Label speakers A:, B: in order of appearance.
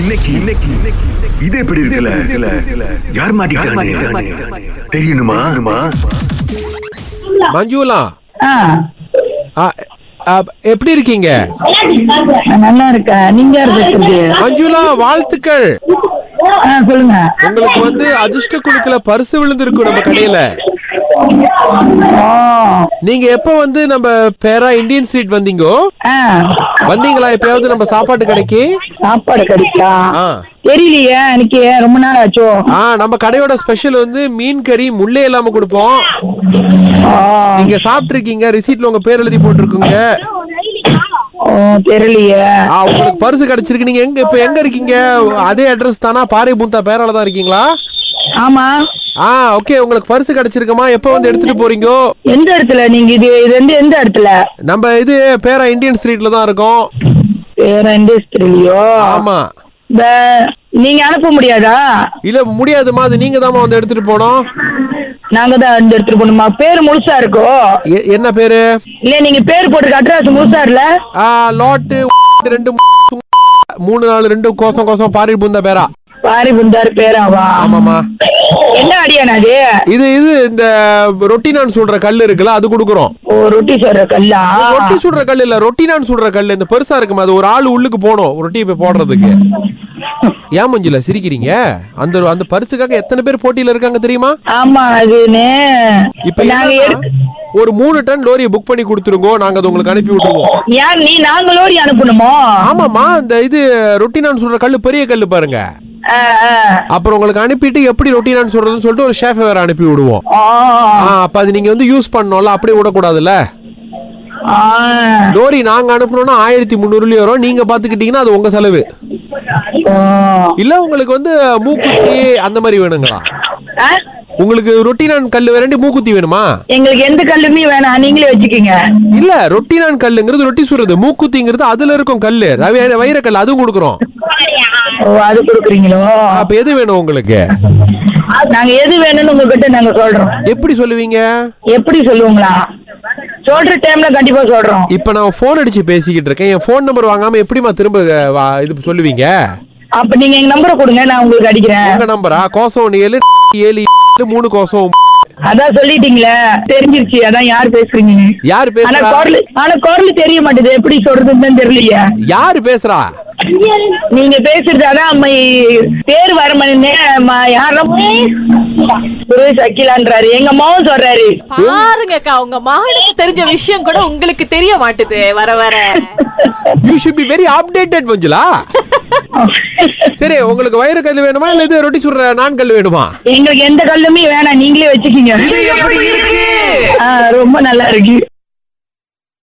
A: இன்னைக்கு இன்னைக்கு இது எப்படி இருக்குல்ல யார் மாட்டிக்கிட்டானே தெரியணுமா
B: மஞ்சுளா
C: ஆ,
B: ஆ, ஆ, எப்படி இருக்கீங்க
C: நல்லா இருக்கேன் நீங்க யார் பேசுறது
B: மஞ்சுளா வாழ்த்துக்கள்
C: ஆ, சொல்லுங்க
B: உங்களுக்கு வந்து அதிர்ஷ்ட குழுக்கள பரிசு விழுந்திருக்கும் நம்ம கடையில
C: ஓ
B: நீங்க எப்ப வந்து நம்ம பேரா இந்தியன் ஸ்ட்ரீட் வந்தீங்கோ
C: ஆ,
B: வந்தீங்களா எப்பயாவது நம்ம சாப்பாட்டு கடைக்கு
C: சாப்பாடு கிடைக்கா
B: ஆ.
C: தெரியலையே எனக்கு ரொம்ப நாள் ஆச்சோ
B: ஆ நம்ம கடையோட ஸ்பெஷல் வந்து மீன் கறி முள்ளே இல்லாம கொடுப்போம்
C: ஆ,
B: நீங்க சாப்பிட்டிருக்கீங்க ரிசீட்ல உங்க பேர் எழுதி போட்டிருக்குங்க
C: ஓ தெரியலையே
B: ஆ உங்களுக்கு பரிசு கிடைச்சிருக்கு நீங்க எங்க இப்ப எங்க இருக்கீங்க அதே அட்ரஸ் தானா பாறை பூந்தா பேரால தான் இருக்கீங்களா
C: ஆமா
B: ஆ ஓகே உங்களுக்கு பரிசு கிடைச்சிருக்குமா எப்ப வந்து எடுத்துட்டு போறீங்கோ
C: எந்த இடத்துல நீங்க இது இது வந்து எந்த இடத்துல
B: நம்ம இது பேரா இந்தியன் ஸ்ட்ரீட்ல தான் இருக்கோம்
C: வேற இண்டஸ்ட்ரியிலயோ
B: ஆமா
C: இந்த நீங்க அனுப்ப முடியாதா
B: இல்ல முடியாதுமா அது நீங்க தாமா வந்து எடுத்துட்டு போனோம்
C: நாங்க தான் இந்த இடத்துல போகணுமா பேர் முழுசா இருக்கோ
B: எ- என்ன பேரு
C: இல்ல நீங்க பேர் போட்டிருக்க அட்ரஸ் முழுசா இல்ல
B: ஆ லாட்டு ரெண்டு மூணு நாலு ரெண்டு கோசம் கோசம் பாரி பூந்த பேரா
C: பாரி புந்தார் பேராவா
B: ஆமாமா
C: என்ன அடியானா அது
B: இது இது இந்த ரொட்டினான் சுடுற கல் இருக்குல்ல அது குடுக்குறோம்
C: ஓ ரொட்டி சொல்ற கல்லா
B: ரொட்டி சுடுற கல் இல்ல ரொட்டினான் சுடுற கல் இந்த பெருசா இருக்குமா அது ஒரு ஆள் உள்ளுக்கு போனோம் ரொட்டி போய் போடுறதுக்கு ஏன் மஞ்சுல சிரிக்கிறீங்க அந்த அந்த பரிசுக்காக எத்தனை பேர் போட்டியில இருக்காங்க தெரியுமா
C: ஆமா அதுன்னு
B: இப்ப
C: இப்ப நாங்க
B: என்னன்னா,
C: எடுத்து
B: ஒரு மூணு டன் லோரியை புக் பண்ணி கொடுத்துருங்கோ நாங்க அது உங்களுக்கு அனுப்பி விட்டுருவோம்
C: ஏன் நீ நாங்க லோரி அனுப்பணுமோ
B: ஆமாமா இந்த இது ரொட்டினான்னு சொல்ற கல்லு பெரிய கல்லு பாருங்க
C: ஆ, ஆ.
B: அப்புறம் உங்களுக்கு அனுப்பிட்டு எப்படி ரொட்டினான்னு சொல்றதுன்னு சொல்லிட்டு ஒரு ஷேஃப் வேற அனுப்பி விடுவோம்
C: ஆ,
B: ஆ, அப்ப அது நீங்க வந்து யூஸ் பண்ணோம்ல அப்படியே விடக்கூடாதுல்ல
C: ஆ.
B: லோரி நாங்க அனுப்பணும்னா ஆயிரத்தி முந்நூறுலயே வரும் நீங்க பாத்துக்கிட்டீங்கன்னா அது உங்க செலவு
C: ஓ.
B: இல்ல உங்களுக்கு வந்து மூக்குத்தி அந்த மாதிரி வேணுங்களா
C: ஆ?
B: உங்களுக்கு ரொட்டினான் கல்லு வேண்டி மூக்குத்தி வேணுமா
C: எங்களுக்கு எந்த கல்லுமே வேணாம் நீங்களே வச்சுக்கோங்க
B: இல்ல ரொட்டினான் கல்லுங்கிறது ரொட்டி சுடுறது மூக்குத்திங்கிறது அதுல இருக்கும் கல்லு ரவி- வைரக்கல் அதுவும் கொடுக்குறோம்
C: ஓ அது கொடுக்குறீங்களோ
B: அப்ப எது வேணும் உங்களுக்கு
C: நாங்க எது வேணும்னு உங்ககிட்ட நாங்க சொல்றோம்
B: எப்படி சொல்லுவீங்க
C: எப்படி சொல்லுவீங்களா சொல்ற டைம்ல கண்டிப்பா சொல்றோம்
B: இப்ப நான் போன் அடிச்சு பேசிக்கிட்டு இருக்கேன் என் போன் நம்பர் வாங்காம எப்படிமா திரும்ப அஹ், வா- இது சொல்லுவீங்க
C: அப்ப நீங்க எங்க நம்பரை கொடுங்க நான் உங்களுக்கு அடிக்கிறேன்
B: உங்க நம்பரா கோசம் ஒண்ணு ஏழு ஏழு ஏழு, மூணு கோசம்
C: அதான் சொல்லிட்டீங்களே தெரிஞ்சிருச்சு அதான் யார் பேசுறீங்க
B: யார்
C: ஆனா
B: பேசுறா
C: குரல் ஆனா குரல் தெரிய மாட்டேது எப்படி சொல்றதுன்னு தெரியலையே
B: யார் பேசுறா
C: நீங்க பேசுறது அதான் அம்மை பேர் வர மணி யாரும் சுரேஷ் அகிலான்றாரு எங்க மாவும் சொல்றாரு
D: பாருங்கக்கா உங்க மகனுக்கு தெரிஞ்ச விஷயம் கூட உங்களுக்கு தெரிய மாட்டுது வர வர
B: you should be very updated Manjula சரி உங்களுக்கு வைர கல் வேணுமா இல்ல இது ரொட்டி சுடுற நான் கல் வேணுமா
C: எங்களுக்கு எந்த கல்லுமே வேணாம் நீங்களே வச்சுக்கீங்க
A: எப்படி இருக்கு
C: ஆ, ரொம்ப நல்லா இருக்கு